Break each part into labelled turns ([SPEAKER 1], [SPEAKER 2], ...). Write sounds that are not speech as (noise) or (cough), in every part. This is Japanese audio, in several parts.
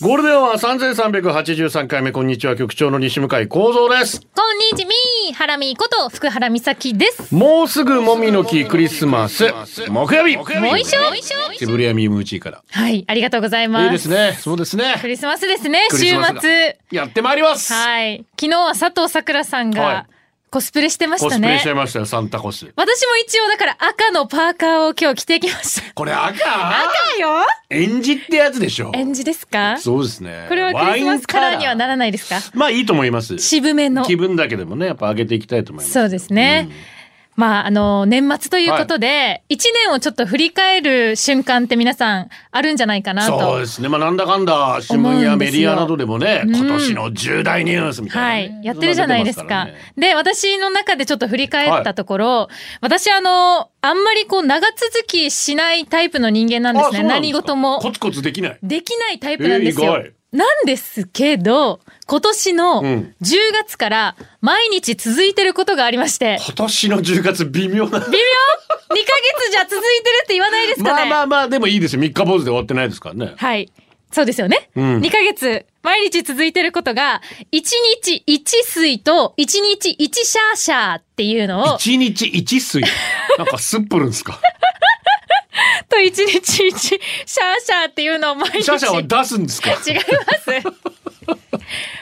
[SPEAKER 1] ゴールデンは三千三百八十三回目、こんにちは、局長の西向井幸三です。
[SPEAKER 2] こんにちみハラミこと福原美咲です。
[SPEAKER 1] もうすぐもみの木クリスマス、木曜日。
[SPEAKER 2] もう一緒
[SPEAKER 1] 手ぶりやみむうちいから。
[SPEAKER 2] はい、ありがとうございます。
[SPEAKER 1] いいですね。そうです
[SPEAKER 2] ク
[SPEAKER 1] ね。
[SPEAKER 2] リスマスですね、
[SPEAKER 1] ク
[SPEAKER 2] 週
[SPEAKER 1] リスマスだ
[SPEAKER 2] 末。
[SPEAKER 1] やってまいります。
[SPEAKER 2] はい。昨日は佐藤さくらさん
[SPEAKER 1] はい
[SPEAKER 2] がコスプレしてまし
[SPEAKER 1] コ
[SPEAKER 2] た
[SPEAKER 1] スプレ
[SPEAKER 2] ね
[SPEAKER 1] しち。ゃいましたよ、サンタコス。
[SPEAKER 2] 私も一応だから赤のパーカーを今日着てきました。
[SPEAKER 1] これ赤
[SPEAKER 2] 赤よ
[SPEAKER 1] 演じってやつでしょ。
[SPEAKER 2] 演じですか
[SPEAKER 1] そうですね。
[SPEAKER 2] これはクリスマスカラーにはな
[SPEAKER 1] ない。
[SPEAKER 2] らないですか
[SPEAKER 1] まあいいと思います。
[SPEAKER 2] 渋めの。
[SPEAKER 1] 気分だけでもね、やっぱ上げていきたいと思います。
[SPEAKER 2] そうですね。まあ、あの、年末ということで、一、年をちょっと振り返る瞬間って皆さんあるんじゃないかなと。
[SPEAKER 1] そうですね。まあなんだかんだ新聞
[SPEAKER 2] 思う
[SPEAKER 1] や
[SPEAKER 2] んで
[SPEAKER 1] メ
[SPEAKER 2] すよ
[SPEAKER 1] ディアなどでもね、
[SPEAKER 2] ん
[SPEAKER 1] 今年の重大ニュースみ
[SPEAKER 2] は
[SPEAKER 1] たいなね、
[SPEAKER 2] い。やってるじゃないですか。
[SPEAKER 1] そんなの出てますらね
[SPEAKER 2] で、私の中でちょっと振り返ったところ、私あの、あんまりこう長続きしないタイプの人間なんです
[SPEAKER 1] あ
[SPEAKER 2] ね。
[SPEAKER 1] そうなん
[SPEAKER 2] 何
[SPEAKER 1] ですか
[SPEAKER 2] 事も
[SPEAKER 1] コ。ツコツできない。
[SPEAKER 2] できないタイプなんですよ。
[SPEAKER 1] えー意
[SPEAKER 2] なんですけど、今年の
[SPEAKER 1] うん
[SPEAKER 2] 10月から毎日続いてることがありまして、
[SPEAKER 1] 今年の10月微妙
[SPEAKER 2] (laughs)
[SPEAKER 1] な。
[SPEAKER 2] 微妙 !2 ヶ月じゃ続いてるって言わないですか
[SPEAKER 1] まあ
[SPEAKER 2] ね。
[SPEAKER 1] まあまあでもいいですよ。三日坊主で終わってないですからね。
[SPEAKER 2] はい。そうですよね。
[SPEAKER 1] うん
[SPEAKER 2] 2ヶ月、毎日続いてることが、1日1水と1日1シャーシャーっていうのを、
[SPEAKER 1] 一日一水。なんかすっぽるんですか。
[SPEAKER 2] と1日1シャーシャーっていう (laughs) のを毎日。
[SPEAKER 1] シャシャは出すんですか。
[SPEAKER 2] 違い
[SPEAKER 1] (laughs)
[SPEAKER 2] ます。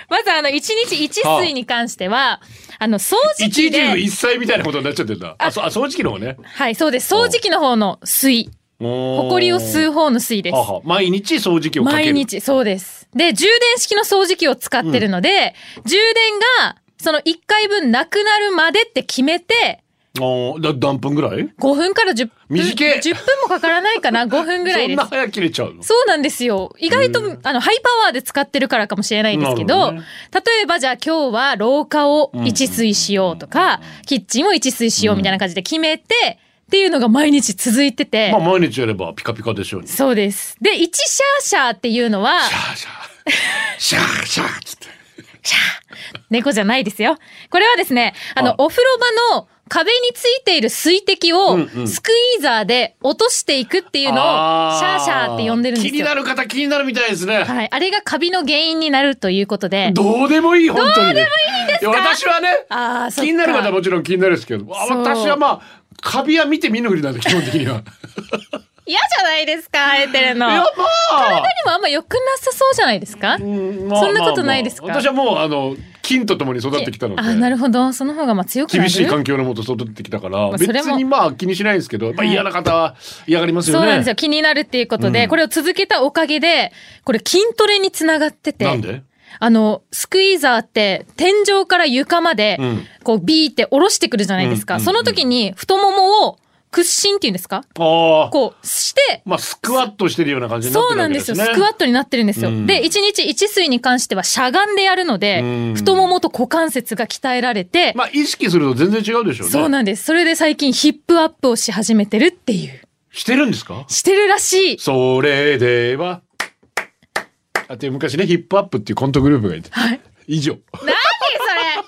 [SPEAKER 2] まずあの、1日1水に関しては、あの、掃除
[SPEAKER 1] 一
[SPEAKER 2] 機
[SPEAKER 1] 汁
[SPEAKER 2] で、
[SPEAKER 1] 一菜みたいなことになっちゃってるな。あ、そう、あ掃除機の方ね。
[SPEAKER 2] はい、そうです。掃除機の方の水。
[SPEAKER 1] ほ
[SPEAKER 2] 埃を吸う方の水です
[SPEAKER 1] は。は毎日掃除機をかける。
[SPEAKER 2] 毎日、そうです。で、充電式の掃除機を使ってるので、充電が、その1回分なくなるまでって決めて、
[SPEAKER 1] おー。だ何分ぐらい？
[SPEAKER 2] 5分から10分。
[SPEAKER 1] 短い
[SPEAKER 2] 10分もかからない
[SPEAKER 1] (laughs)
[SPEAKER 2] かな、5分ぐら
[SPEAKER 1] そ
[SPEAKER 2] い
[SPEAKER 1] ん
[SPEAKER 2] です
[SPEAKER 1] な。早く切れちゃうの。
[SPEAKER 2] そうなんですよ。意外と、あの、ハイパワーで使ってるからかもしれないですけ
[SPEAKER 1] なる
[SPEAKER 2] ど、
[SPEAKER 1] ほどね
[SPEAKER 2] 例えばじゃあ今日は廊下を一水しようとか、キッチンを一水しようみたいな感じで決めて、っていうのが毎日続いてて、
[SPEAKER 1] まあ毎日やればピカピカでしょうね。
[SPEAKER 2] そうです。で、1シャーシャーっていうのは、
[SPEAKER 1] シャーシャ
[SPEAKER 2] (laughs)
[SPEAKER 1] ー。シャーシャーっつって。
[SPEAKER 2] 猫じゃないですよ。これはですね、あ
[SPEAKER 1] はい
[SPEAKER 2] の、お風呂場の壁についている水滴を
[SPEAKER 1] うんうん
[SPEAKER 2] スクイーザーで落としていくっていうのを
[SPEAKER 1] あ
[SPEAKER 2] シャーシャーって呼んでるんで
[SPEAKER 1] 気
[SPEAKER 2] す
[SPEAKER 1] に
[SPEAKER 2] よ
[SPEAKER 1] な。る方気になるみたいですね。
[SPEAKER 2] はい。あれがカビの原因になるということで。
[SPEAKER 1] どうでもいい本当に。どうでもいいですか。私はね、
[SPEAKER 2] ああ、そっ
[SPEAKER 1] 気
[SPEAKER 2] か
[SPEAKER 1] になる方はもちろん気になるんですけど、あ
[SPEAKER 2] そう
[SPEAKER 1] 私はまあカビは見て見ぬふりなんで基本的に
[SPEAKER 2] (laughs)
[SPEAKER 1] は。
[SPEAKER 2] 嫌じゃないで
[SPEAKER 1] (laughs)
[SPEAKER 2] すか、生えてるの。
[SPEAKER 1] いや
[SPEAKER 2] 体
[SPEAKER 1] ま
[SPEAKER 2] に
[SPEAKER 1] あ。
[SPEAKER 2] もあんま良くなさそうじゃないですかそん
[SPEAKER 1] まあ
[SPEAKER 2] なことないですか
[SPEAKER 1] まあまあ私はもうあの金と共に育ってきたので。
[SPEAKER 2] あ、なるほど。その方がまあ強くな
[SPEAKER 1] 厳
[SPEAKER 2] る。
[SPEAKER 1] しい環境のもと育ってきたから、
[SPEAKER 2] あ
[SPEAKER 1] 別
[SPEAKER 2] それも
[SPEAKER 1] にまあ気にしないんですけど、やっぱ嫌な方は嫌がりますよ
[SPEAKER 2] そう
[SPEAKER 1] ね。
[SPEAKER 2] なんですよ。気になるっていうことで、これを続けたおかげで、これ筋トレにつながってて。
[SPEAKER 1] なんで？
[SPEAKER 2] あの、スクイーザーって天井から床まで
[SPEAKER 1] うん、
[SPEAKER 2] こうビーって下ろしてくるじゃないですか。
[SPEAKER 1] うんうんうん
[SPEAKER 2] その時に太ももを屈伸っていうんですか
[SPEAKER 1] ああ。
[SPEAKER 2] こうして、
[SPEAKER 1] まあスクワットしてるような感じになっ
[SPEAKER 2] そ
[SPEAKER 1] て
[SPEAKER 2] う
[SPEAKER 1] る
[SPEAKER 2] な
[SPEAKER 1] わ
[SPEAKER 2] ん
[SPEAKER 1] け
[SPEAKER 2] で
[SPEAKER 1] ですす
[SPEAKER 2] よ。
[SPEAKER 1] ね。
[SPEAKER 2] スクワットになってるんですよ。
[SPEAKER 1] うん
[SPEAKER 2] で、1日1水に関してはしゃがんでやるの
[SPEAKER 1] うん
[SPEAKER 2] で、太ももと股関節が鍛えられて、
[SPEAKER 1] まあ意識すると全然違うでしょうね。
[SPEAKER 2] そうなんです。それで最近ヒップアップをし始めてるっていう。
[SPEAKER 1] してるんですか？
[SPEAKER 2] してるらしい。
[SPEAKER 1] それでは。あて昔ねヒップアップっていうコントグループがいて、
[SPEAKER 2] はい。
[SPEAKER 1] 以上
[SPEAKER 2] 何それ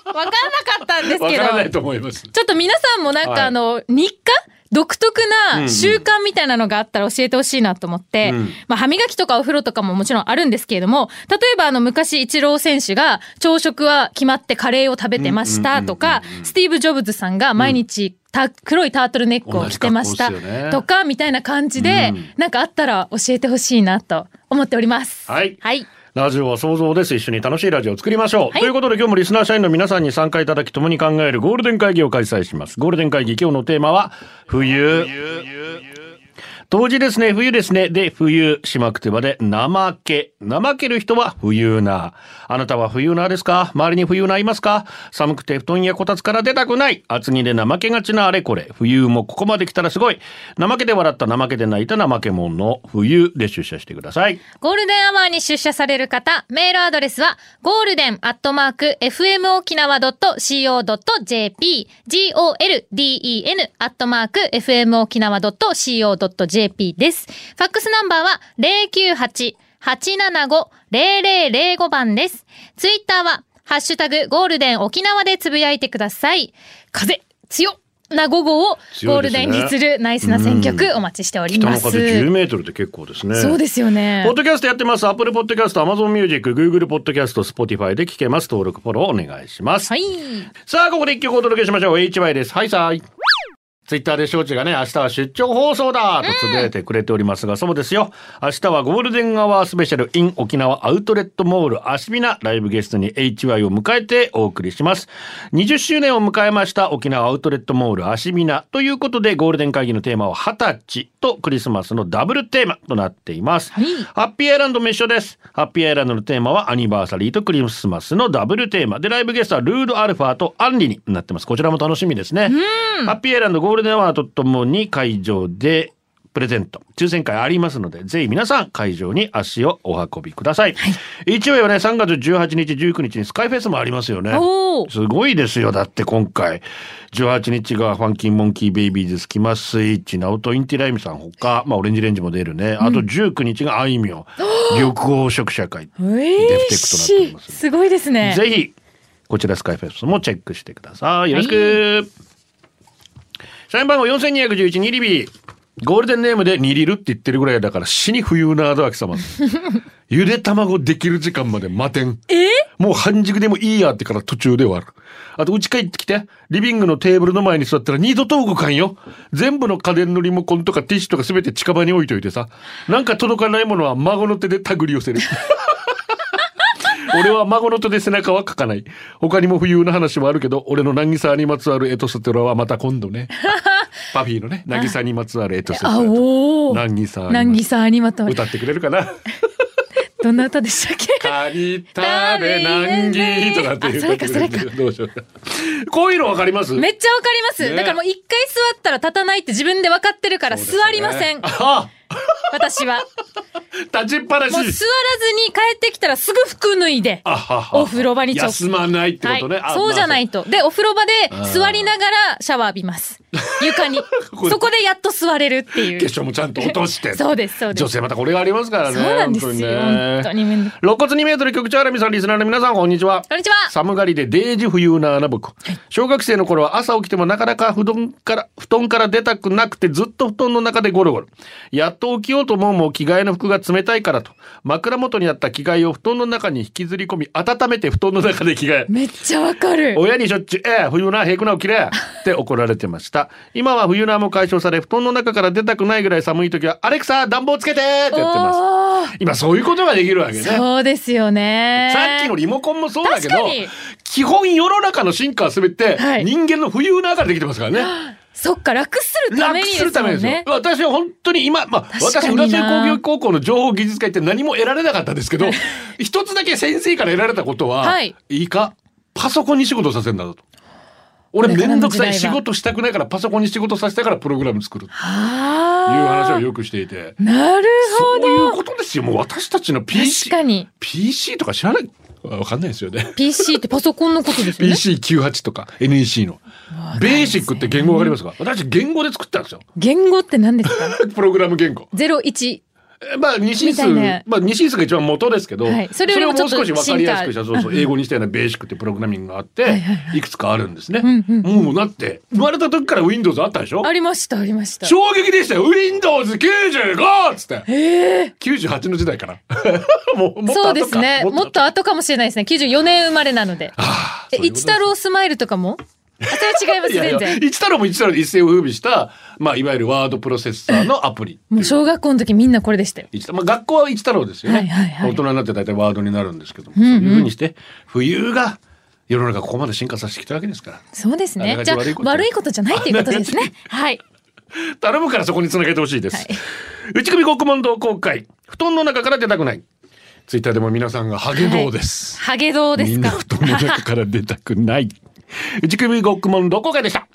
[SPEAKER 2] わかんなかったんですけど。
[SPEAKER 1] わからないと思います。
[SPEAKER 2] ちょっと皆さんもなん
[SPEAKER 1] はい
[SPEAKER 2] かあの、日課独特な習慣みたいなのがあったら教えてほしいなと思って、
[SPEAKER 1] うん
[SPEAKER 2] まあ歯磨きとかお風呂とかももちろんあるんですけれども、例えばあの昔イチロー選手が朝食は決まってカレーを食べてましたとか、スティーブ・ジョブズさんが毎日た黒いタートルネックを着てました
[SPEAKER 1] 同じ格好ですよね
[SPEAKER 2] とか、みたいな感じで、
[SPEAKER 1] うん
[SPEAKER 2] なんかあったら教えてほしいなと思っております。
[SPEAKER 1] はい
[SPEAKER 2] はい。
[SPEAKER 1] ラジオは想像です。一緒に楽しいラジオを作りましょう。
[SPEAKER 2] はい
[SPEAKER 1] ということで今日もリスナー社員の皆さんに参加いただき共に考えるゴールデン会議を開催します。ゴールデン会議今日のテーマは冬。冬至ですね、冬ですね。で、冬、島くてばで、怠け。怠ける人は冬な。あなたは冬なですか周りに冬ないますか寒くて布団やこたつから出たくない。厚着で怠けがちなあれこれ。冬もここまで来たらすごい。怠けで笑った、怠けで泣いた怠け者。冬で出社してください。
[SPEAKER 2] ゴールデンアワーに出社される方、メールアドレスは、ゴールデンアットマーク、fmokinawa.co.jp、golden アットマーク、fmokinawa.co.jp です。ファックスナンバーは、098-875-0005番です。ツイッターは、ハッシュタグ、ゴールデン沖縄でつぶやいてください。風、強っな午後をゴールデンにするナイスな選曲お待ちしており
[SPEAKER 1] 北
[SPEAKER 2] ま
[SPEAKER 1] の
[SPEAKER 2] す。
[SPEAKER 1] 風10メートルって結構ですね。
[SPEAKER 2] そうですよね
[SPEAKER 1] ポッ。ドキャストやってます。Apple Podcast、Amazon Music、Google Podcast、Spotify で聞けます。登録、フォローお願いします。
[SPEAKER 2] はい。
[SPEAKER 1] さあ、ここで一曲お届けしましょう。HY です。はい、さーい。ツイッターで承知がね、明日は出張放送だとつぶやいてくれておりますが、そうですよ。明日はゴールデンアワースペシャル in 沖縄アウトレットモールアシビナライブゲストに HY を迎えてお送りします。20周年を迎えました沖縄アウトレットモールアシビナということで、ゴールデン会議のテーマは20歳とクリスマスのダブルテーマとなっています。ハッピーアイランド滅緒です。ハッピーアイランドのテーマはアニバーサリーとクリスマスのダブルテーマ。で、ライブゲストはルールアルファとアンリになってます。こちらも楽しみですね。ハッピーアイランドゴールデンアワーとともに会場でプレゼント、抽選会ありますので、ぜひ皆さん会場に足をお運びください。一応はね、3月18日、19日にスカイフェスもありますよね。
[SPEAKER 2] おー
[SPEAKER 1] すごいですよ。だって今回、18日がファンキーモンキーベイビーズ、スキマスイッチ、ナオトインティライムさんほか、まあオレンジレンジも出るね。あと19日があいみょん、緑黄色社会。デフテクトなっております
[SPEAKER 2] すごいですね。
[SPEAKER 1] ぜひこちらスカイフェスもチェックしてください。よろしく。社員番号4211ニリビー。ゴールデンネームでニリルって言ってるぐらいだから死に冬なだわけ
[SPEAKER 2] (laughs)
[SPEAKER 1] 様。ゆで卵できる時間まで待てん。もう半熟でもいいやってから途中で終わる。あと、うち帰ってきて、リビングのテーブルの前に座ったら二度と動かんよ。全部の家電のリモコンとかティッシュとかすべて近場に置いといてさ。なんか届かないものは孫の手で手繰り寄せる。俺は孫の手で背中は描かない。他にも浮遊な話もあるけど、俺の渚にまつわるエトセトラはまた今度
[SPEAKER 2] (laughs)
[SPEAKER 1] ね。パフィーのね、渚にまつわるエトセトラ
[SPEAKER 2] あ、
[SPEAKER 1] と。
[SPEAKER 2] おお。
[SPEAKER 1] 渚
[SPEAKER 2] ナンギサアニマト
[SPEAKER 1] 歌ってくれるかな
[SPEAKER 2] (laughs) どんな歌でしたっけ
[SPEAKER 1] カニ食べ難儀とかっていう
[SPEAKER 2] あそれかそれか
[SPEAKER 1] どうしようかこういうのわかります
[SPEAKER 2] めっちゃわかります。
[SPEAKER 1] ね
[SPEAKER 2] だからもう一回座ったら立たないって自分で分かってるから
[SPEAKER 1] そう
[SPEAKER 2] 座
[SPEAKER 1] ですね
[SPEAKER 2] りません。
[SPEAKER 1] あ
[SPEAKER 2] 私は。
[SPEAKER 1] 立ちっぱな
[SPEAKER 2] もう座ら
[SPEAKER 1] し
[SPEAKER 2] ずに帰ってきたらすぐ服脱いで。
[SPEAKER 1] あはは
[SPEAKER 2] お風呂場に直
[SPEAKER 1] 休まないってことね、
[SPEAKER 2] は
[SPEAKER 1] あ
[SPEAKER 2] いそうじゃない
[SPEAKER 1] ま
[SPEAKER 2] と。で、お風呂場で
[SPEAKER 1] あー
[SPEAKER 2] 座りながらシャワー浴びます。床に。
[SPEAKER 1] (laughs) こで
[SPEAKER 2] そこでやっと座れるってい
[SPEAKER 1] あ
[SPEAKER 2] う。
[SPEAKER 1] 化粧もちゃんと落として
[SPEAKER 2] そうです、そうです。
[SPEAKER 1] 女性またこれがありますからね
[SPEAKER 2] そうなんですよ
[SPEAKER 1] ね
[SPEAKER 2] 本当にめんど
[SPEAKER 1] 肋骨2メートル局長アラミさんリスナーの皆さんこんにちは
[SPEAKER 2] こんにちは。
[SPEAKER 1] 寒がりでデージ冬な穴ぼこ小学生の頃は朝起きてもなかなか布団から布団から出たくなくてずっと布団の中でゴロゴロやっと起きようと思うも着替えの服が冷たいからと枕元にあった着替えを布団の中に引きずり込み温めて布団の中で着替え
[SPEAKER 2] めっちゃわかる。
[SPEAKER 1] 親にしょっちゅう「ええ冬な平くな起きれ」って怒られてました今は冬なも解消され布団の中から出たくないぐらい寒い時は「アレクサ暖房つけて!」ってやってます
[SPEAKER 2] おー
[SPEAKER 1] 今そういうことができるわけね
[SPEAKER 2] そうですよね。
[SPEAKER 1] さっきのリモコンもそうだけど
[SPEAKER 2] 確かに、
[SPEAKER 1] 基本世の中の進化は全て
[SPEAKER 2] はい
[SPEAKER 1] 人間の浮遊の中でできてますから
[SPEAKER 2] (gasps)
[SPEAKER 1] ね。
[SPEAKER 2] そっか、楽するため
[SPEAKER 1] 楽
[SPEAKER 2] にですすも
[SPEAKER 1] る
[SPEAKER 2] んね。
[SPEAKER 1] ためですよ。私は本当に今、まあ、
[SPEAKER 2] 確
[SPEAKER 1] 私、
[SPEAKER 2] かに
[SPEAKER 1] 浦
[SPEAKER 2] な
[SPEAKER 1] 添工業高校の情報技術科行って何も得られなかったんです
[SPEAKER 2] (laughs)
[SPEAKER 1] けど、一つだけ先生から得られたことは、
[SPEAKER 2] はいい、
[SPEAKER 1] いか、パソコンに仕事させるんだぞと。俺
[SPEAKER 2] これ
[SPEAKER 1] め
[SPEAKER 2] からの
[SPEAKER 1] んどくさい
[SPEAKER 2] 時代
[SPEAKER 1] 仕
[SPEAKER 2] は
[SPEAKER 1] 事したくないからパソコンに仕事させたからプログラム作るっていう
[SPEAKER 2] あ
[SPEAKER 1] 話
[SPEAKER 2] ー
[SPEAKER 1] をよくしていて。
[SPEAKER 2] なる
[SPEAKER 1] そ
[SPEAKER 2] ほ
[SPEAKER 1] ういう
[SPEAKER 2] ど。
[SPEAKER 1] ことですよ。もう私たちの PC
[SPEAKER 2] 確、かに。
[SPEAKER 1] PC とか知らない、わかんないですよね。
[SPEAKER 2] PC ってパソコンのことですよね。
[SPEAKER 1] BC98 とか NEC の。ベーシックって言語わかりますか私言語で作ったんですよ。
[SPEAKER 2] 言語って何で
[SPEAKER 1] (laughs)
[SPEAKER 2] すか
[SPEAKER 1] プログラム言語。
[SPEAKER 2] ?01。
[SPEAKER 1] えまあ、二進数、
[SPEAKER 2] みたいな
[SPEAKER 1] まあ、二進数が一番元ですけど、
[SPEAKER 2] はいそれより
[SPEAKER 1] を
[SPEAKER 2] も
[SPEAKER 1] もう少し
[SPEAKER 2] ちょっ
[SPEAKER 1] わ
[SPEAKER 2] と
[SPEAKER 1] かりやすくした、
[SPEAKER 2] 進
[SPEAKER 1] そうそう、英語にしたようなベーシックってプログラミングがあって、いくつかあるんですね。もうだって、生まれた時から Windows あったでしょ
[SPEAKER 2] ありました、ありました。
[SPEAKER 1] 衝撃でしたよ !Windows95! っつって。98の時代
[SPEAKER 2] (laughs)
[SPEAKER 1] から。もう、もっと後か
[SPEAKER 2] そうですね。もっと後かもしれないですね。94年生まれなので。
[SPEAKER 1] あー
[SPEAKER 2] え
[SPEAKER 1] そういうこと
[SPEAKER 2] 一太郎スマイルとかもあ、それ違います、
[SPEAKER 1] いやい
[SPEAKER 2] 全
[SPEAKER 1] や
[SPEAKER 2] 然。
[SPEAKER 1] 一太郎も一太郎で一世を風靡した、まあ、いわゆるワードプロセッサーのアプリ。
[SPEAKER 2] もう小学校の時みんなこれでしたよ。
[SPEAKER 1] 一太まあ、学校は一太郎ですよね、
[SPEAKER 2] はいはいはい
[SPEAKER 1] 大人になって大体ワードになるんですけども、そういうふうにして冬が世の中ここまで進化させてきたわけですから
[SPEAKER 2] そうです
[SPEAKER 1] あ
[SPEAKER 2] ね。
[SPEAKER 1] れ
[SPEAKER 2] じゃ
[SPEAKER 1] が
[SPEAKER 2] あ
[SPEAKER 1] 悪いこと
[SPEAKER 2] 悪いことじゃないっていうことですね。はい。
[SPEAKER 1] 頼むからそこに繋げてほしいです。
[SPEAKER 2] はい
[SPEAKER 1] 内首獄門同好会。布団の中から出たくない。ツイッターでも皆さんがハゲ道です。
[SPEAKER 2] ハゲどうですか
[SPEAKER 1] みんな布団の
[SPEAKER 2] (laughs)
[SPEAKER 1] 中から出たくない。 (laughs) 内首獄門同好会でした。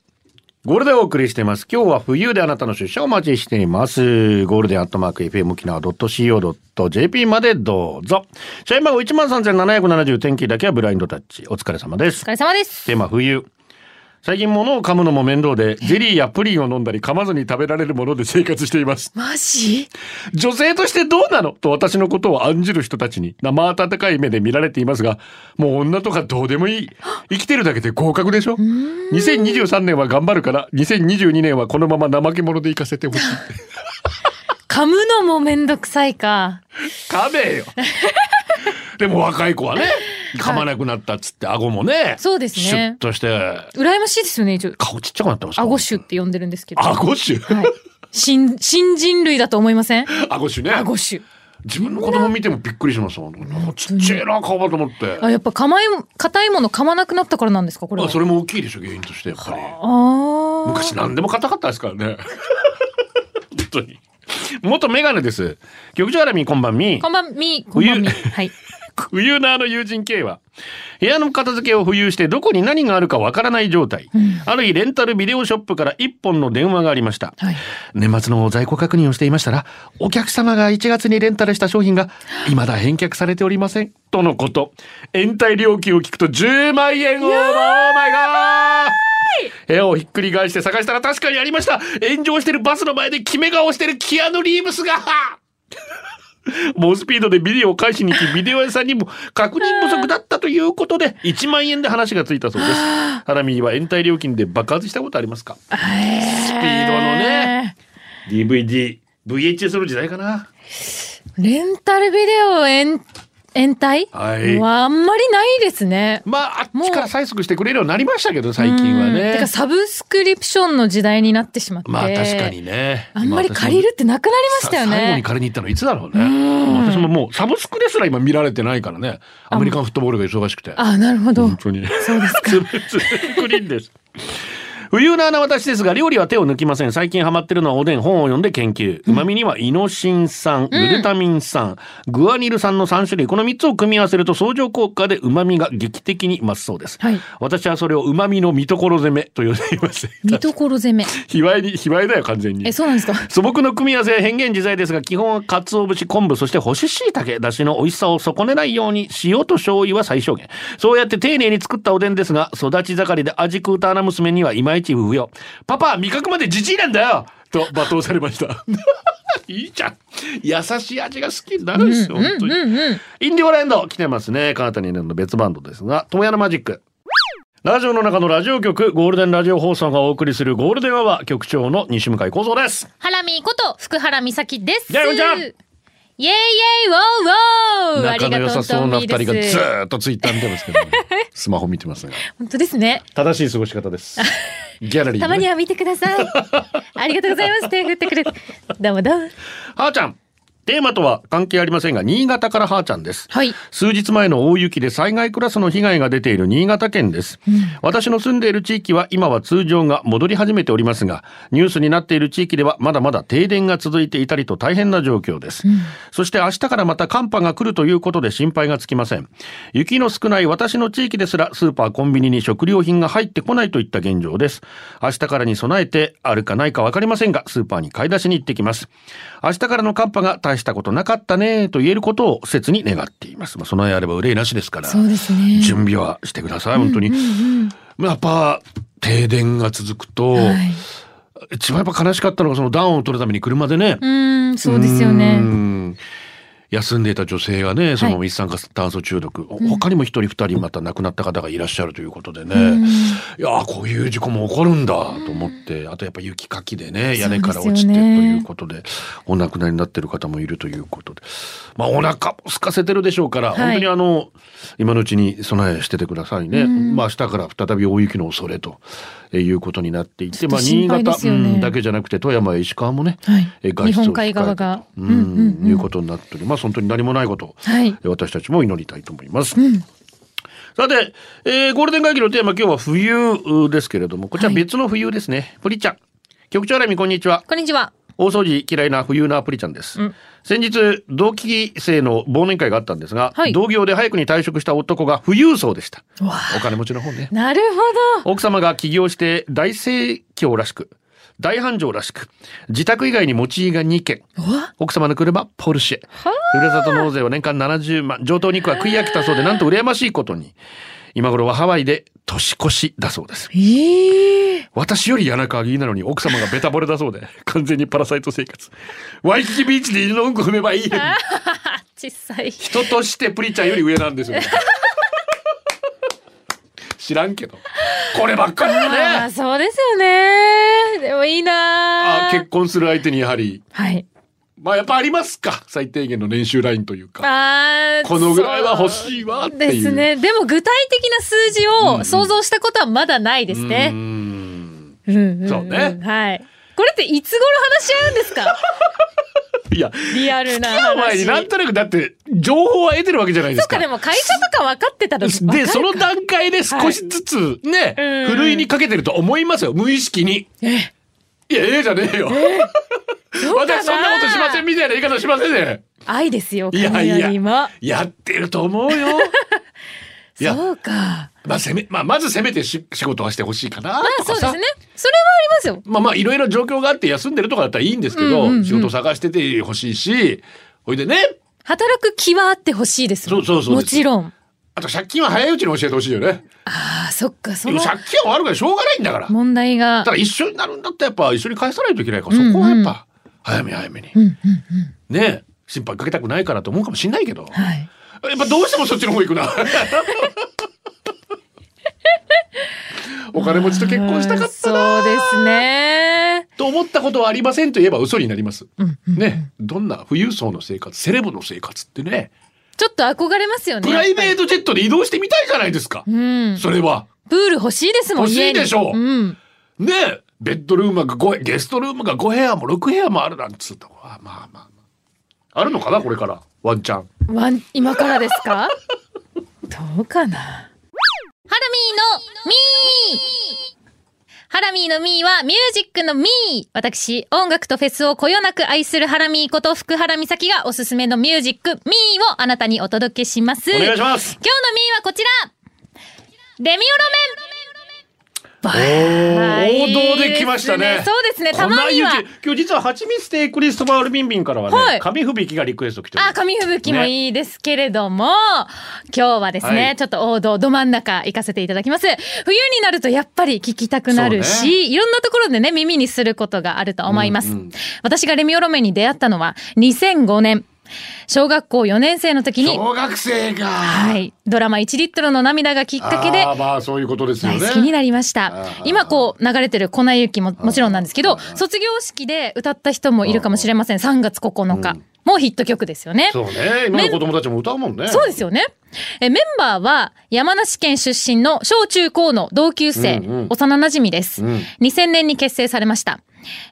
[SPEAKER 1] ゴールデンをお送りしています。今日は冬であなたの出社をお待ちしています。ゴールデンアットマーク FM 沖縄 .co.jp までどうぞ。社員番号13,770天気だけはブラインドタッチ。お疲れ様です
[SPEAKER 2] お疲。れ様です
[SPEAKER 1] テーマ冬最近物を噛むのも面倒でゼリーやプリンを飲んだり噛まずに食べられるもので生活しています
[SPEAKER 2] マジ
[SPEAKER 1] 女性としてどうなのと私のことを案じる人たちに生温かい目で見られていますがもう女とかどうでもいい生きてるだけで合格でしょ2023年は頑張るから2022年はこのまま怠け者で行かせてほしい
[SPEAKER 2] 噛むのもめんどくさいか
[SPEAKER 1] 噛めよ (laughs) でも若い子はね噛まなくなったっつって顎もね
[SPEAKER 2] そうですね
[SPEAKER 1] シュッとして
[SPEAKER 2] 羨ましいですよね一応
[SPEAKER 1] 顔ちっちゃくなってますよ
[SPEAKER 2] 顎種って呼んでるんですけど
[SPEAKER 1] 顎種
[SPEAKER 2] はい新新人類だと思いません
[SPEAKER 1] 顎種ね
[SPEAKER 2] 顎種
[SPEAKER 1] 自分の子供見てもびっくりしますもん。なんかちっちゃいな顔だと思って。
[SPEAKER 2] あやっぱ構い硬いもの噛まなくなったからなんですかこれは
[SPEAKER 1] あそれも大きいでしょ原因としてやっぱり。
[SPEAKER 2] ああ
[SPEAKER 1] 昔何でも硬かったですからね。本当に。元メガネです。局長アラミンこんばんみ
[SPEAKER 2] こ。んばんみこんばんみはい
[SPEAKER 1] 冬のあの友人 K は部屋の片付けを浮遊してどこに何があるかわからない状態、ある日レンタルビデオショップから一本の電話がありました、
[SPEAKER 2] はい
[SPEAKER 1] 年末の在庫確認をしていましたらお客様が1月にレンタルした商品が未だ返却されておりませんとのこと延滞料金を聞くと10万円をオーマイガー部屋をひっくり返して探したら確かにありました炎上してるバスの前で決め顔してるキアヌ・リーブスが (laughs) 猛スピードでビデオを返しに行き、ビデオ屋さんにも確認不足だったということで、1万円で話がついたそうです。ハラミーは延滞料金で爆発したことありますか
[SPEAKER 2] ス
[SPEAKER 1] ピードのね ?DVD、VHS の時代かな。
[SPEAKER 2] レンタルビデオ延延滞
[SPEAKER 1] はい
[SPEAKER 2] はあんまりないですね。
[SPEAKER 1] まあ、あっちから催促してくれるようになりましたけど、最近は
[SPEAKER 2] うんて
[SPEAKER 1] ね
[SPEAKER 2] か。サブスクリプションの時代になってしまって。
[SPEAKER 1] まあ、確かに。ね。
[SPEAKER 2] あんまり
[SPEAKER 1] 今
[SPEAKER 2] 借りるってなくなりま
[SPEAKER 1] さ
[SPEAKER 2] したよ
[SPEAKER 1] 最後に
[SPEAKER 2] ね。
[SPEAKER 1] 借りに行ったのいつだろうね。私ももうサブスクですら今見られてないからね。アメリカンフットボールが忙しくて。
[SPEAKER 2] あ、なるほど
[SPEAKER 1] 本。当に。
[SPEAKER 2] そ
[SPEAKER 1] (laughs)
[SPEAKER 2] うですか。
[SPEAKER 1] つぶつぶクリーンです。冬の穴私ですが料理は手を抜きません最近ハマってるのはおでん本を読んで研究うまみにはイノシン酸グルタミン酸、グアニル酸の3種類この3つを組み合わせると相乗効果でうまみが劇的に増すそうです、
[SPEAKER 2] はい
[SPEAKER 1] 私はそれをうまみの見所攻めと呼んでいます
[SPEAKER 2] (laughs) 見所攻
[SPEAKER 1] (laughs)
[SPEAKER 2] め。
[SPEAKER 1] 卑猥に卑猥だよ完全に
[SPEAKER 2] え、そうなんですか。
[SPEAKER 1] 素朴の組み合わせは変幻自在ですが基本は鰹節昆布そして干し椎茸だしの美味しさを損ねないように塩と醤油は最小限そうやって丁寧に作ったおでんですが育ち盛りで味食うた穴娘にはいまいち不要パパ味覚までじじいなんだよと罵倒されました (laughs) いいじゃん優しい味が好きになるんですよ、本当に、
[SPEAKER 2] うんうん。
[SPEAKER 1] インディオランド来てますね。カータニーレンの別バンドですが、トモヤのマジック。ラジオの中のラジオ局、ゴールデンラジオ放送がお送りするゴールデンアワー局長の西向井光三です。
[SPEAKER 2] ハラミこと福原美咲です。
[SPEAKER 1] イェイおじゃん
[SPEAKER 2] イェイイェイウォーウォー。あ
[SPEAKER 1] 仲の
[SPEAKER 2] りが
[SPEAKER 1] 良
[SPEAKER 2] と
[SPEAKER 1] さ
[SPEAKER 2] う
[SPEAKER 1] そうな二人が
[SPEAKER 2] トンビーです
[SPEAKER 1] ずーっとツイッター見てますけ
[SPEAKER 2] (laughs)
[SPEAKER 1] どね。スマホ見てますが。
[SPEAKER 2] 本当ですね。
[SPEAKER 1] 正しい過ごし方
[SPEAKER 2] (laughs)
[SPEAKER 1] です。ギャラリー、ね。
[SPEAKER 2] たまには見てくだ
[SPEAKER 1] (laughs)
[SPEAKER 2] さい。ありがとうございます。手振ってくれて。どうもどうも。
[SPEAKER 1] はーちゃん。テーマとは関係ありませんが、新潟からはーちゃんです。
[SPEAKER 2] はい。
[SPEAKER 1] 数日前の大雪で災害クラスの被害が出ている新潟県です、私の住んでいる地域は今は通常が戻り始めておりますがニュースになっている地域ではまだまだ停電が続いていたりと大変な状況です、そして明日からまた寒波が来るということで心配がつきません雪の少ない私の地域ですらスーパーコンビニに食料品が入ってこないといった現状です明日からに備えてあるかないか分かりませんがスーパーに買い出しに行ってきます明日からの寒波が大したことなかったねと言えることを切に願っています。まあ、備えあれば憂いなしですから、
[SPEAKER 2] そうですね。
[SPEAKER 1] 準備はしてください、本当に。まあやっぱ、停電が続くと、
[SPEAKER 2] はい。
[SPEAKER 1] 一番やっぱ悲しかったのがその暖を取るために車でね
[SPEAKER 2] う、ーん、そうですよ
[SPEAKER 1] う
[SPEAKER 2] ね。
[SPEAKER 1] ん休んでいた女性がね、その
[SPEAKER 2] は
[SPEAKER 1] 一酸化炭素中毒、他にも一人二人また亡くなった方がいらっしゃるということでね、
[SPEAKER 2] うん
[SPEAKER 1] いやーこういう事故も起こるんだと思って、あとやっぱ雪かきでね、屋根から落ち
[SPEAKER 2] そ
[SPEAKER 1] てと
[SPEAKER 2] うですよね
[SPEAKER 1] いうことで、お亡くなりになってる方もいるということで、まあお腹も空かせてるでしょうから、
[SPEAKER 2] い
[SPEAKER 1] 本当にあの、今のうちに備えしててくださいね。まあ明日から再び大雪の恐れということになっていて、
[SPEAKER 2] ょっと
[SPEAKER 1] まあ新
[SPEAKER 2] 心配
[SPEAKER 1] 潟、
[SPEAKER 2] ですよね
[SPEAKER 1] うんだけじゃなくて富山や石川もね、
[SPEAKER 2] はい
[SPEAKER 1] え外出を控えて
[SPEAKER 2] 日本海側が
[SPEAKER 1] う
[SPEAKER 2] うん
[SPEAKER 1] ん
[SPEAKER 2] うんうん
[SPEAKER 1] いうことになっております。本当に何もないことを、
[SPEAKER 2] はい
[SPEAKER 1] え私たちも祈りたいと思います。さて、えーゴールデン会議のテーマ今日は冬ですけれどもこちら別の冬ですね、ポリちゃん局長ラミこんにちは
[SPEAKER 2] こんにちは。
[SPEAKER 1] 大掃除嫌いな冬のアプリちゃんです、
[SPEAKER 2] うん
[SPEAKER 1] 先日同期生の忘年会があったんですが、
[SPEAKER 2] はい
[SPEAKER 1] 同業で早くに退職した男が富裕層でしたお金持ちの方ね
[SPEAKER 2] なるほど。
[SPEAKER 1] 奥様が起業して大盛況らしく大繁盛らしく自宅以外に持ち家が2軒奥様の車ポルシェふるさと納税は年間70万上等肉は食い飽きたそうでなんと羨ましいことに今頃はハワイで年越しだそうです
[SPEAKER 2] ええ
[SPEAKER 1] 私より柳川議員なのに奥様がベタボレだそうで (laughs) 完全にパラサイト生活ワイキキビーチで犬のうんこ踏めばいい
[SPEAKER 2] 小さい。
[SPEAKER 1] 人としてプリちゃんより上なんです
[SPEAKER 2] (laughs)
[SPEAKER 1] よ知らんけどこればっかり
[SPEAKER 2] ま
[SPEAKER 1] だ
[SPEAKER 2] あ
[SPEAKER 1] ね
[SPEAKER 2] そうですよね。でもいいな
[SPEAKER 1] あ結婚する相手にやはり
[SPEAKER 2] はい。
[SPEAKER 1] まあやっぱありますか最低限の練習ラインというか
[SPEAKER 2] あー
[SPEAKER 1] このぐらいは欲しいわっていう
[SPEAKER 2] ですね。でも具体的な数字を想像したことはまだないです
[SPEAKER 1] うー
[SPEAKER 2] ね。
[SPEAKER 1] ん
[SPEAKER 2] うんうんうん
[SPEAKER 1] そうね
[SPEAKER 2] はい。これっていつ頃話し合う
[SPEAKER 1] (laughs)
[SPEAKER 2] んですか
[SPEAKER 1] いや
[SPEAKER 2] リアルな
[SPEAKER 1] お前に
[SPEAKER 2] 話。
[SPEAKER 1] なんとなくだって情報は得てるわけじゃないで
[SPEAKER 2] そ
[SPEAKER 1] す
[SPEAKER 2] っか
[SPEAKER 1] か
[SPEAKER 2] でも会社とか分かってたら分かる
[SPEAKER 1] で、
[SPEAKER 2] か
[SPEAKER 1] その段階で少しずつね、
[SPEAKER 2] うん
[SPEAKER 1] ふるいにかけてると思いますよ、無意識に。いや、ええじゃねえよ。
[SPEAKER 2] そうかな
[SPEAKER 1] 私そんなことしませんみたいな言い方しませんね。
[SPEAKER 2] 愛ですよ
[SPEAKER 1] いや
[SPEAKER 2] 金
[SPEAKER 1] い
[SPEAKER 2] よ
[SPEAKER 1] や
[SPEAKER 2] りも、
[SPEAKER 1] やってると思うよ。
[SPEAKER 2] (laughs)
[SPEAKER 1] いや
[SPEAKER 2] そうか
[SPEAKER 1] まあ、せめ、まあ、まずせめてし仕事はしてほしいかな
[SPEAKER 2] まあ
[SPEAKER 1] とか
[SPEAKER 2] そうです
[SPEAKER 1] さ。
[SPEAKER 2] ねそれはありますよ
[SPEAKER 1] まあまあ、いろいろ状況があって休んでるとかだったらいいんですけど、
[SPEAKER 2] うんうんうん
[SPEAKER 1] 仕事探しててほしいし、ほいでね、
[SPEAKER 2] 働く気はあってほしいですもん
[SPEAKER 1] そうそうそう
[SPEAKER 2] も
[SPEAKER 1] です
[SPEAKER 2] ちろん
[SPEAKER 1] あと借金は早いうちに教えてほしいよね。
[SPEAKER 2] ああそっかそ
[SPEAKER 1] 借金
[SPEAKER 2] の
[SPEAKER 1] は終わるからしょうがないんだから。
[SPEAKER 2] 問題が
[SPEAKER 1] ただ一緒になるんだったらやっぱ一緒に返さないといけないから、そこはやっぱ早め早めに。
[SPEAKER 2] うんうん
[SPEAKER 1] ね心配かけたくないからと思うかもしれないけど、や
[SPEAKER 2] はい
[SPEAKER 1] っぱどうしてもそっちの方行く
[SPEAKER 2] (laughs)
[SPEAKER 1] な。お金持ちと結婚したかった
[SPEAKER 2] あーそうですね
[SPEAKER 1] と思ったことはありませんと言えば嘘になります。
[SPEAKER 2] うんうん
[SPEAKER 1] ね、どんな富裕層の生活、セレブの生活ってね、
[SPEAKER 2] ちょっと憧れますよね
[SPEAKER 1] プライベ
[SPEAKER 2] やっ
[SPEAKER 1] ートジェットで移動してみたいじゃないですか
[SPEAKER 2] ぱ。りうん
[SPEAKER 1] それは。
[SPEAKER 2] プール欲しいですもん
[SPEAKER 1] 欲しい
[SPEAKER 2] 家に
[SPEAKER 1] でしょうんねベッドルームが5、ゲストルームが5部屋も6部屋もあるなんつうとこは、まあまあまあ。あるのかなこれから。ワンチャン。
[SPEAKER 2] わん今からです
[SPEAKER 1] (laughs)
[SPEAKER 2] かどうかなハラミーのミーハラミーのミーはミュージックのミー私、音楽とフェスをこよなく愛するハラミーこと福原美咲がおすすめのミュージックミーをあなたにお届けします。
[SPEAKER 1] お願いします
[SPEAKER 2] 今日のミーはこちらレミオロメン
[SPEAKER 1] 王道で来ましたね
[SPEAKER 2] そうですね、たまには。
[SPEAKER 1] 粉雪今日実は蜂蜜亭クリストファールビンビンからはね、
[SPEAKER 2] はい
[SPEAKER 1] 紙吹雪がリクエスト来てる
[SPEAKER 2] あ、紙吹雪もいいですけれども、今日はですね、
[SPEAKER 1] はい
[SPEAKER 2] ちょっと王道ど真ん中行かせていただきます。冬になるとやっぱり聞きたくなる
[SPEAKER 1] そう
[SPEAKER 2] し、いろんなところでね、耳にすることがあると思います。
[SPEAKER 1] うんうん
[SPEAKER 2] 私がレミオロメンに出会ったのは2005年、小学校4年生の時に、
[SPEAKER 1] 小学生がは
[SPEAKER 2] はい、ドラマ1リットルの涙がきっかけで
[SPEAKER 1] あ、ーまあそういうことですよね
[SPEAKER 2] 大好きになりまし
[SPEAKER 1] あ
[SPEAKER 2] た
[SPEAKER 1] ー。
[SPEAKER 2] 今こう流れてる粉雪ももちろんなんですけ
[SPEAKER 1] あ
[SPEAKER 2] ど
[SPEAKER 1] ー、
[SPEAKER 2] 卒業式で歌った人もいるかもしれません。3月9日。もうヒット曲ですよね。
[SPEAKER 1] そうね今の子供たちも歌うもんね
[SPEAKER 2] そうですよね。えメンバーは山梨県出身の小中高の同級生、
[SPEAKER 1] うんうん
[SPEAKER 2] 幼馴染です、
[SPEAKER 1] うん
[SPEAKER 2] 2000年に結成されました。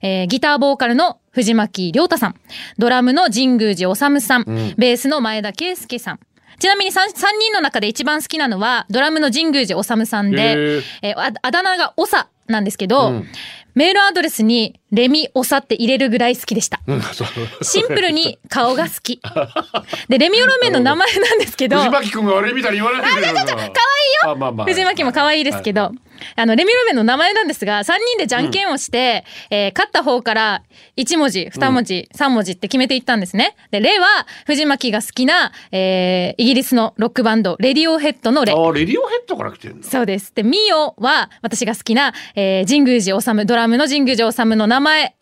[SPEAKER 2] えーギターボーカルの藤巻亮太さん、ドラムの神宮寺治さん、ベースの前田圭介さん。ちなみに 3, 三人の中で一番好きなのはドラムの神宮寺治さん
[SPEAKER 1] へ
[SPEAKER 2] で
[SPEAKER 1] ー、
[SPEAKER 2] えーああだ名がオサなんですけ
[SPEAKER 1] う
[SPEAKER 2] ど、
[SPEAKER 1] ん
[SPEAKER 2] メールアドレスにレミオサって入れるぐらい好きでした。
[SPEAKER 1] うんそう
[SPEAKER 2] シンプルに顔が好き。で、レミオロメンの名前なんですけど、
[SPEAKER 1] 藤巻くんが悪いみたいに言わないでくれよ
[SPEAKER 2] ちょちょ可愛いよ
[SPEAKER 1] あまあまあ
[SPEAKER 2] 藤巻も可愛いですけど、あの、レミオロメンの名前なんですが、3人でじゃんけんをして、えー勝った方から1文字、2文字、3文字って決めていったんですね。で、レは、藤巻が好きな、えーイギリスのロックバンド、レディオヘッドのレ。
[SPEAKER 1] あレディオヘッドから来てるんだ
[SPEAKER 2] そうです。で、ミオは、私が好きな、えー神宮寺治、ドラムの神宮寺治の名前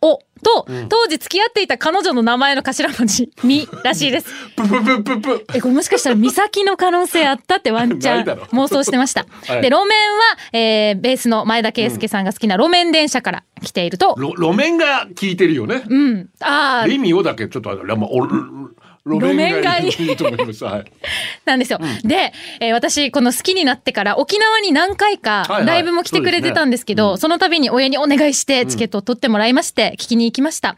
[SPEAKER 2] を、と、当時付き合っていた彼女の名前の頭文字、ミらしいです。
[SPEAKER 1] プププププ
[SPEAKER 2] (laughs) え、これもしかしたら美咲の可能性あったってワンチャ
[SPEAKER 1] な
[SPEAKER 2] ン
[SPEAKER 1] いだろ
[SPEAKER 2] 妄想してました。
[SPEAKER 1] (laughs) はい
[SPEAKER 2] で、路面は、えーベースの前田圭介さんが好きな路面電車から来ていると、
[SPEAKER 1] ろ路面が効いてるよね
[SPEAKER 2] うん。ああ、
[SPEAKER 1] レミオだけちょっとあれまあお路面がいいと思いますはい
[SPEAKER 2] なんですよ。で、えー私、この好きになってから沖縄に何回か
[SPEAKER 1] はいはい
[SPEAKER 2] ライブも来てくれてたんですけど、その度に親にお願いしてチケットを取ってもらいまして、聞きに行きました。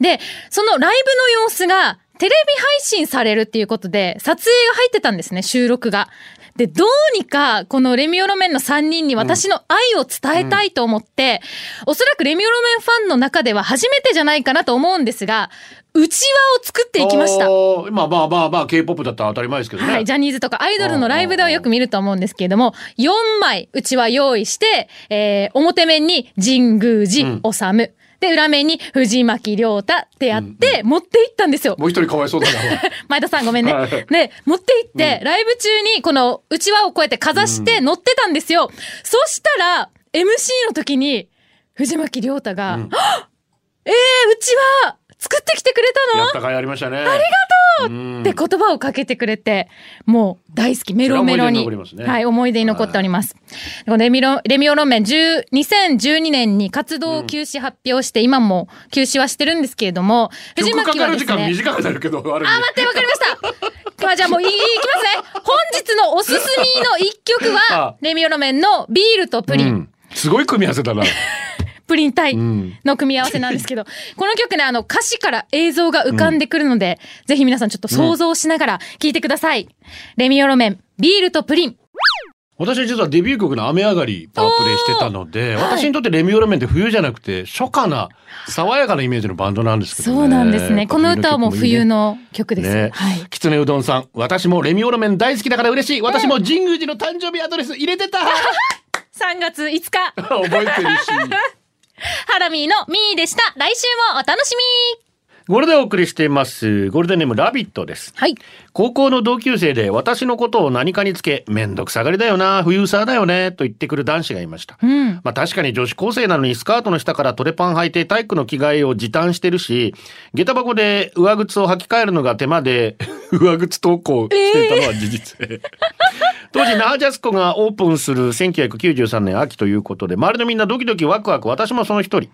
[SPEAKER 2] で、そのライブの様子がテレビ配信されるっていうことで、撮影が入ってたんですね、収録が。で、どうにか、このレミオロメンの3人に私の愛を伝えたいと思って、おそらくレミオロメンファンの中では初めてじゃないかなと思うんですが、うちわを作っていきました。
[SPEAKER 1] おーまあまあまあまあ K-POP だったら当たり前ですけどね。
[SPEAKER 2] はい、ジャニーズとかアイドルのライブではよく見ると思うんですけれども、4枚うちは用意して、えー、表面に神宮寺、おさむ。で、裏面に藤巻亮太ってやって、持って行ったんですよ。
[SPEAKER 1] もう一人かわいそうだな。
[SPEAKER 2] (laughs) 前田さんごめんね
[SPEAKER 1] はい。
[SPEAKER 2] ね、持って行って、ライブ中にこのうちわをこうやってかざして乗ってたんですよ。そしたら、MC の時に、藤巻亮太が、はっえー、うちわ作ってきてくれた
[SPEAKER 1] や
[SPEAKER 2] の
[SPEAKER 1] ったかいありましたね。ありがとう
[SPEAKER 2] って言葉をかけてくれて、もう大好き、メロメロに。
[SPEAKER 1] それは思い出に残りますね
[SPEAKER 2] はい、思い出に残っております。このレミロ、レミオロメン10 2012年に活動休止発表して、今も休止はしてるんですけれども、藤
[SPEAKER 1] 曲か
[SPEAKER 2] 巻
[SPEAKER 1] か
[SPEAKER 2] は
[SPEAKER 1] る
[SPEAKER 2] で
[SPEAKER 1] 時
[SPEAKER 2] す
[SPEAKER 1] 間
[SPEAKER 2] ね。
[SPEAKER 1] 短くなるけど、あれ
[SPEAKER 2] あ、待って、わかりました。ま (laughs) あ、じゃあもういい、いきますね。本日のおすすめの一曲
[SPEAKER 1] (laughs) あ
[SPEAKER 2] は、レミオロメンのビールとプリン。
[SPEAKER 1] うんすごい組み合わせだな。
[SPEAKER 2] プリン体
[SPEAKER 1] ん
[SPEAKER 2] の組み合わせなんですけど、 (laughs) この曲ね、あの歌詞から映像が浮かんでくるので、ぜひ皆さんちょっと想像しながら聴いてください。レミオロメン、ビールとプリン。
[SPEAKER 1] 私は実はデビュー曲の雨上がりパワープレイしてたので、
[SPEAKER 2] おーはい
[SPEAKER 1] 私にとってレミオロメンって冬じゃなくて初夏な爽やかなイメージのバンドなんですけどね。
[SPEAKER 2] そうなんですね。この歌はもう冬
[SPEAKER 1] やっ
[SPEAKER 2] の曲
[SPEAKER 1] ぱ
[SPEAKER 2] です。
[SPEAKER 1] ね。
[SPEAKER 2] は
[SPEAKER 1] ね
[SPEAKER 2] い。
[SPEAKER 1] きつねうどんさん、私もレミオロメン大好きだから嬉しい。私も神宮寺の誕生日アドレス入れてた。 (laughs)
[SPEAKER 2] 3月5日、
[SPEAKER 1] 覚えてるし。
[SPEAKER 2] ハラミーのミーでした。来週もお楽しみ
[SPEAKER 1] これでお送りしています。ゴールデンネームラビットです。
[SPEAKER 2] はい。
[SPEAKER 1] 高校の同級生で私のことを何かにつけ、めんどくさがりだよな、冬さだよね、と言ってくる男子がいました。
[SPEAKER 2] ん
[SPEAKER 1] まあ確かに女子高生なのにスカートの下からトレパン履いて体育の着替えを時短してるし、下駄箱で上靴を履き替えるのが手間で、 (laughs) 上靴投稿してたのは事実。当時、那覇ジャスコがオープンする1993年秋ということで、周りのみんなドキドキワクワク、私もその一人。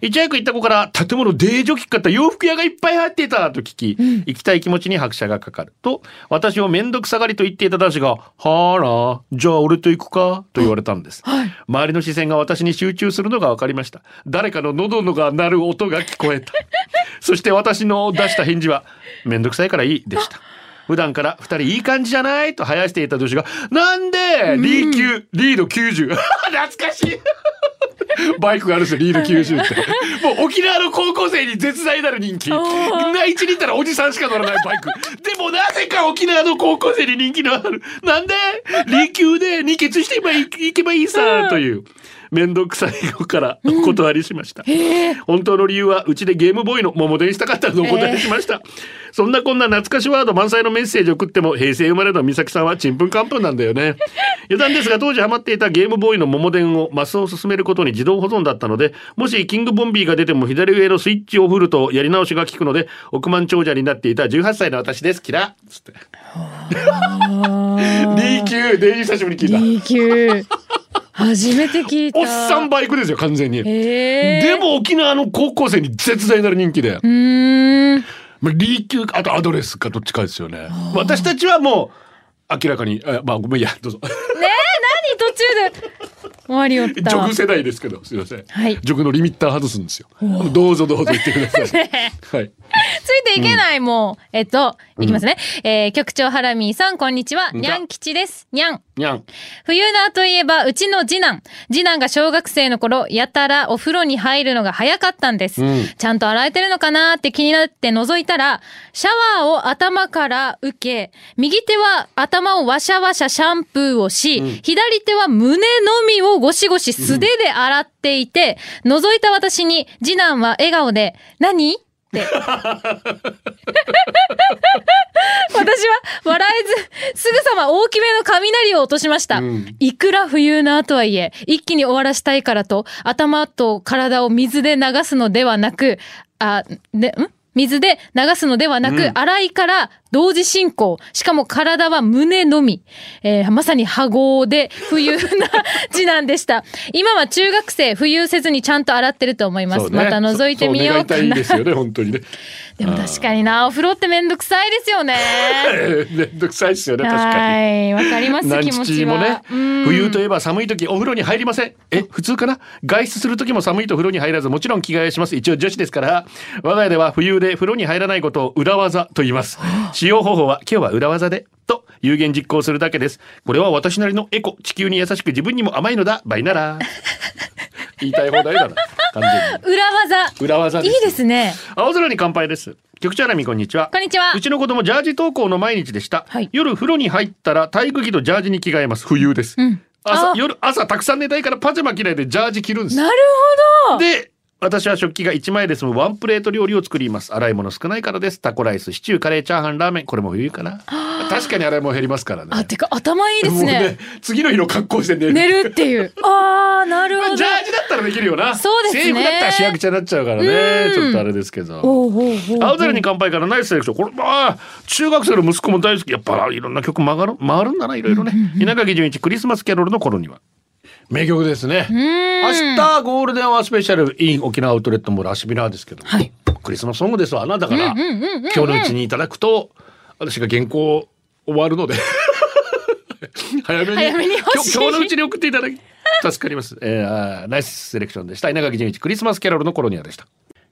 [SPEAKER 1] 一早く行った子から建物デージョキかった洋服屋がいっぱい入っていたと聞き、行きたい気持ちに拍車がかかると私を面倒くさがりと言っていた男子が「はあらじゃあ俺と行くか」と言われたんです、周りの視線が私に集中するのが分かりました誰かの喉のが鳴る音が聞こえた (laughs) そして私の出した返事は「面倒くさいからいい」でした普段から二人いい感じじゃないと生やしていた女子が、なんでリー級、リード90。懐か (laughs) しいバイクがあるんですよ、リード90って。もう沖縄の高校生に絶大なる人気。みんな一リッタらおじさんしか乗らないバイク。でもなぜか沖縄の高校生に人気のある。なんでリー級で二血していけばいいいけばいいさ、という。面倒くさい子からお断りしました。本当の理由はうちでゲームボーイの桃電したかったのでお答えしました、そんなこんな懐かしワード満載のメッセージを送っても平成生まれの美咲さんはちんぷんかんぷんなんだよ
[SPEAKER 2] (laughs)
[SPEAKER 1] ね余談ですが当時ハマっていたゲームボーイの桃電をマスを進めることに自動保存だったのでもしキングボンビーが出ても左上のスイッチを振るとやり直しが効くので億万長者になっていた18歳の私ですキラッつって D 級デイジー久しぶりに聞いた
[SPEAKER 2] D 級。初めて聞いた。
[SPEAKER 1] おっさんバイクですよ完全に、
[SPEAKER 2] えー、
[SPEAKER 1] で。も沖縄の高校生に絶大なる人気で、
[SPEAKER 2] うーん。
[SPEAKER 1] まあ、リー級かあとアドレスかどっちかですよね私たちはもう明らかにあまあごめんいやどうぞ
[SPEAKER 2] ねえ、何途中で終わりよっ
[SPEAKER 1] ジ
[SPEAKER 2] た。
[SPEAKER 1] ョグ世代ですけどすいません、
[SPEAKER 2] はい
[SPEAKER 1] ジョグのリミッター外すんですよどうぞどうぞ言ってください、
[SPEAKER 2] (laughs)
[SPEAKER 1] はい
[SPEAKER 2] ついていけない、もう。えっと、いきますね。えー局長ハラミーさん、こんにちは。にゃん吉です。にゃん。
[SPEAKER 1] にゃん
[SPEAKER 2] 冬のといえば、うちの次男。次男が小学生の頃、やたらお風呂に入るのが早かったんです。
[SPEAKER 1] うん
[SPEAKER 2] ちゃんと洗えてるのかなって気になって覗いたら、シャワーを頭から受け、右手は頭をワシャワシャシャンプーをし、左手は胸のみをゴシゴシ素手で洗っていて、覗いた私に、次男は笑顔で、何って。私は笑えず、すぐさま大きめの雷を落としました。いくら冬のとはいえ、一気に終わらしたいからと、頭と体を水で流すのではなく、あ、で、ん水で流すのではなく、洗いから同時進行。しかも体は胸のみ。えーまさに羽合で冬な (laughs) 次男でした。今は中学生、浮遊せずにちゃんと洗ってると思います。また覗いてみよう
[SPEAKER 1] そ
[SPEAKER 2] か
[SPEAKER 1] うそう願い
[SPEAKER 2] な
[SPEAKER 1] たい。ですよね本当にね
[SPEAKER 2] でも確かにな、お風呂ってめんどくさいです
[SPEAKER 1] (laughs)
[SPEAKER 2] よね。
[SPEAKER 1] えーめんどくさいですよね確かに
[SPEAKER 2] はい、わかります
[SPEAKER 1] 南
[SPEAKER 2] 気持
[SPEAKER 1] 吉
[SPEAKER 2] ち
[SPEAKER 1] もね
[SPEAKER 2] は。うん
[SPEAKER 1] 冬といえば寒い時お風呂に入りませんえ普通かな外出する時も寒いと風呂に入らずもちろん着替えします一応女子ですから我が家では冬で風呂に入らないことを裏技と言います。使用方法は今日は裏技でと有言実行するだけです。これは私なりのエコ、地球に優しく自分にも甘いのだ、バイな
[SPEAKER 2] (laughs)
[SPEAKER 1] ら。言いたい放題だな、完全に。
[SPEAKER 2] 裏技。
[SPEAKER 1] 裏技
[SPEAKER 2] いいですね。
[SPEAKER 1] 青空に乾杯です。局長アナミこんにちは。
[SPEAKER 2] こんにちは
[SPEAKER 1] う。ちの子供ジャージ登校の毎日でした、
[SPEAKER 2] はい
[SPEAKER 1] 夜風呂に入ったら体育着とジャージに着替えます冬です、
[SPEAKER 2] ん
[SPEAKER 1] 朝
[SPEAKER 2] あ
[SPEAKER 1] 夜朝たくさん寝たいからパジャマ着ないでジャージ着るんです
[SPEAKER 2] なるほど。
[SPEAKER 1] で私は食器が1枚で済むワンプレート料理を作ります洗い物少ないからですタコライスシチューカレーチャーハンラーメンこれも冬かな確かに洗い物減りますからね
[SPEAKER 2] あ、てか頭いいです
[SPEAKER 1] もう
[SPEAKER 2] ね。
[SPEAKER 1] 次の日の格好して寝る
[SPEAKER 2] 寝るっ
[SPEAKER 1] (laughs)
[SPEAKER 2] ていう。ああ、なるほど。
[SPEAKER 1] ジャージだったらできるよな
[SPEAKER 2] そうですね
[SPEAKER 1] 制服だったら主役ちゃになっちゃうからね
[SPEAKER 2] うん
[SPEAKER 1] ちょっとあれですけど
[SPEAKER 2] おうおうおう
[SPEAKER 1] 青空に乾杯からナイスセレクション。これ、まあ、中学生の息子も大好き。やっぱ、いろんな曲曲がる、回るんだな、いろいろね。稲垣純一、クリスマスキャロルの頃には。名曲ですね。明日、ゴールデンアワースペシャル、イン沖縄アウトレットモール、アシビラーですけど、
[SPEAKER 2] はい
[SPEAKER 1] クリスマスソングですわな。だから、
[SPEAKER 2] うんうんうんうんうん
[SPEAKER 1] 今日のうちにいただくと、私が原稿終わる
[SPEAKER 2] (laughs)
[SPEAKER 1] ので。早めに
[SPEAKER 2] 早めに欲しい
[SPEAKER 1] 今日今日のうちに送っていただき助かります、えーあーナイスセレクションでした稲垣純一クリスマスキャロルの頃にはでした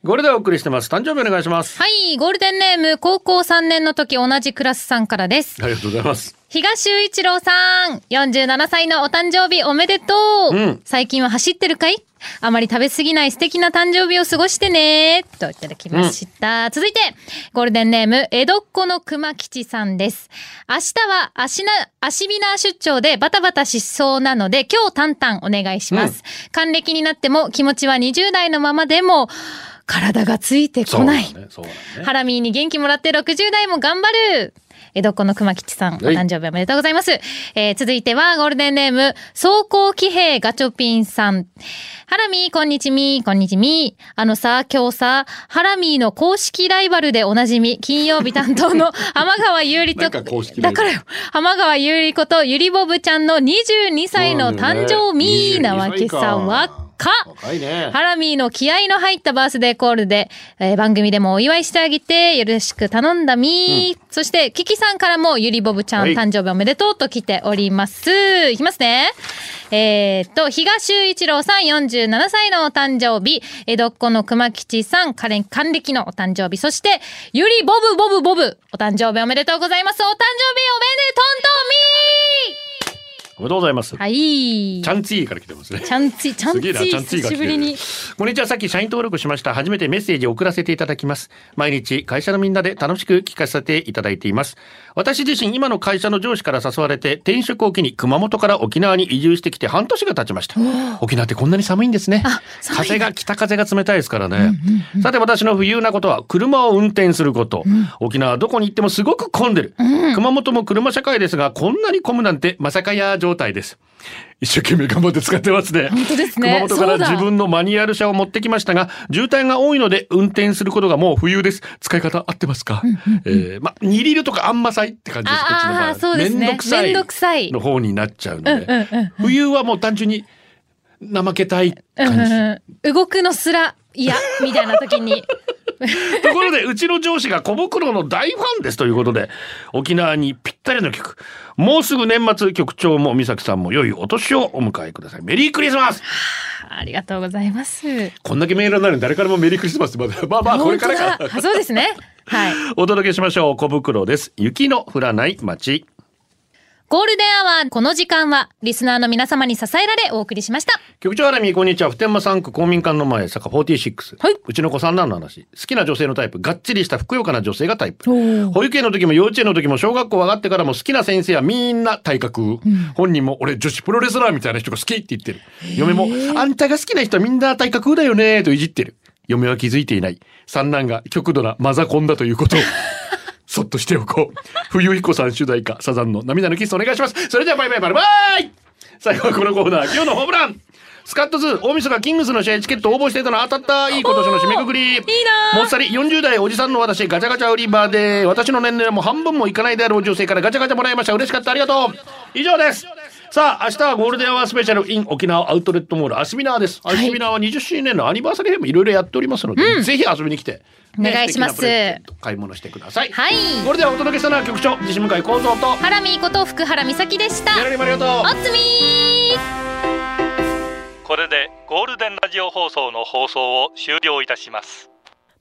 [SPEAKER 1] これでお送りしてます誕生日お願いします
[SPEAKER 2] はい、ゴールデンネーム、高校3年の時同じクラスさんからです。
[SPEAKER 1] ありがとうございます。
[SPEAKER 2] 東修一郎さん、47歳のお誕生日おめでとう、
[SPEAKER 1] うん
[SPEAKER 2] 最近は走ってるかいあまり食べ過ぎない素敵な誕生日を過ごしてねといただきました。続いて、ゴールデンネーム、江戸っ子の熊吉さんです。明日は足な、足ビナー出張でバタバタしそうなので、今日タンタンお願いします。還暦になっても気持ちは20代のままでも、体がついてこない。
[SPEAKER 1] そうだね。そうだね。
[SPEAKER 2] ハラミーに元気もらって60代も頑張る江戸っ子の熊吉さん、お
[SPEAKER 1] はい
[SPEAKER 2] 誕生日おめでとうございます。えー続いては、ゴールデンネーム、走行騎兵ガチョピンさん。ハラミー、こんにちみ、こんにちみ。あのさ、今日さ、ハラミーの公式ライバルでおなじみ、金曜日担当の
[SPEAKER 1] (laughs)
[SPEAKER 2] 浜川優里と、
[SPEAKER 1] なんか公式ラ
[SPEAKER 2] だ
[SPEAKER 1] イ
[SPEAKER 2] か
[SPEAKER 1] バル
[SPEAKER 2] らよ、浜川優里こと、ゆりぼぶちゃんの22歳の誕生日なわけさ、わっか。
[SPEAKER 1] 若いね。
[SPEAKER 2] ハラミーの気合の入ったバースデーコールで、えー番組でもお祝いしてあげて、よろしく頼んだみー、そして、キキさんからも、ゆりぼぶちゃん、
[SPEAKER 1] はい
[SPEAKER 2] 誕生日おめでとうと来ております。いきますね。えーっと、東修一郎さん、47歳のお誕生日、江戸っ子の熊吉さん、かれん還暦のお誕生日、そして、ゆりぼぶぼぶぼぶ、お誕生日おめでとうございます。
[SPEAKER 1] おめでとうございます。
[SPEAKER 2] お誕生日おめでとうとみーはい。
[SPEAKER 1] ちゃんついから来てますね。
[SPEAKER 2] ちゃんつい、ちゃん
[SPEAKER 1] す
[SPEAKER 2] つ
[SPEAKER 1] げえ
[SPEAKER 2] い、
[SPEAKER 1] なちゃんつい
[SPEAKER 2] 久
[SPEAKER 1] が来
[SPEAKER 2] して
[SPEAKER 1] る
[SPEAKER 2] ぶりに。
[SPEAKER 1] こんにちは。さっき社員登録しました。初めてメッセージを送らせていただきます。毎日、会社のみんなで楽しく聞かせていただいています。私自身、今の会社の上司から誘われて、転職を機に熊本から沖縄に移住してきて半年が経ちました。沖縄ってこんなに寒いんですね
[SPEAKER 2] あ。寒い
[SPEAKER 1] 風が、北風が冷たいですからね。さて、私の不由なことは、車を運転すること。沖縄はどこに行ってもすごく混んでる。熊本も車社会ですが、こんなに混むなんて、まさかや状態です。一生懸命頑張って使ってますね。
[SPEAKER 2] 本当ですね
[SPEAKER 1] 熊本から
[SPEAKER 2] そうだ
[SPEAKER 1] 自分のマニュアル車を持ってきましたが、渋滞が多いので運転することがもう不由です。使い方合ってますか、えーま、2リルとかあんまさいって感じです。こっちの場合
[SPEAKER 2] ああー、そうですね。
[SPEAKER 1] めんどくさい
[SPEAKER 2] めんどくさい
[SPEAKER 1] の。方になっちゃうので、
[SPEAKER 2] うんうんうんうん
[SPEAKER 1] 冬はもう単純に怠けたい
[SPEAKER 2] うん
[SPEAKER 1] 感じ。
[SPEAKER 2] うんうん動くのすら嫌みたいな時に (laughs)
[SPEAKER 1] ところで、うちの上司が小袋の大ファンですということで、沖縄にぴったりの曲。もうすぐ年末、局長も美咲さんも良いお年をお迎えください。メリークリスマス
[SPEAKER 2] ありがとうございます。
[SPEAKER 1] こんだけメールになるのに誰からもメリークリスマスまで。まあまあ、これからか
[SPEAKER 2] 本当だあそうですね。はい。
[SPEAKER 1] お届けしましょう。小袋です。雪の降らない街。
[SPEAKER 2] ゴールデンアワー、この時間は、リスナーの皆様に支えられお送りしました。
[SPEAKER 1] 局長アラミー、こんにちは。普天間産区公民館の前、坂46。
[SPEAKER 2] はいう
[SPEAKER 1] ちの子三男の話。好きな女性のタイプ、がっちりしたふくよかな女性がタイプ。保育園の時も幼稚園の時も小学校上がってからも好きな先生はみんな体格。本人も俺女子プロレスラーみたいな人が好きって言ってる。嫁も、あんたが好きな人はみんな体格だよねといじってる。嫁は気づいていない。三男が極度なマザコンだということを。そっとしておこう。冬彦さん主題歌、サザンの涙のキスお願いします。それではバイバイバイバイ最後はこのコーナー、今日のホームランスカットズ、大晦日キングスの試合チケット応募していたの当たったいい今年の締めくくりいい
[SPEAKER 2] な
[SPEAKER 1] もっさり40代おじさんの私、ガチャガチャ売り場で、私の年齢も半分もいかないであるお女性からガチャガチャもらいました。嬉しかった。ありがとう以上ですさあ、明日はゴールデンアワースペシャル in 沖縄アウトレットモールアシミナーです。アシミナーは20周年のアニバーサリーフェムいろいろやっておりますので、ぜひ遊びに来て、ね
[SPEAKER 2] お願いします
[SPEAKER 1] 素敵なプレゼント買い物してください。
[SPEAKER 2] はい。
[SPEAKER 1] これではお届けしたのは局長西向井幸三と
[SPEAKER 2] ハラミーこと福原美咲でした。
[SPEAKER 1] やられもありがとう
[SPEAKER 2] おつみー
[SPEAKER 3] これでゴールデンラジオ放送の放送を終了いたします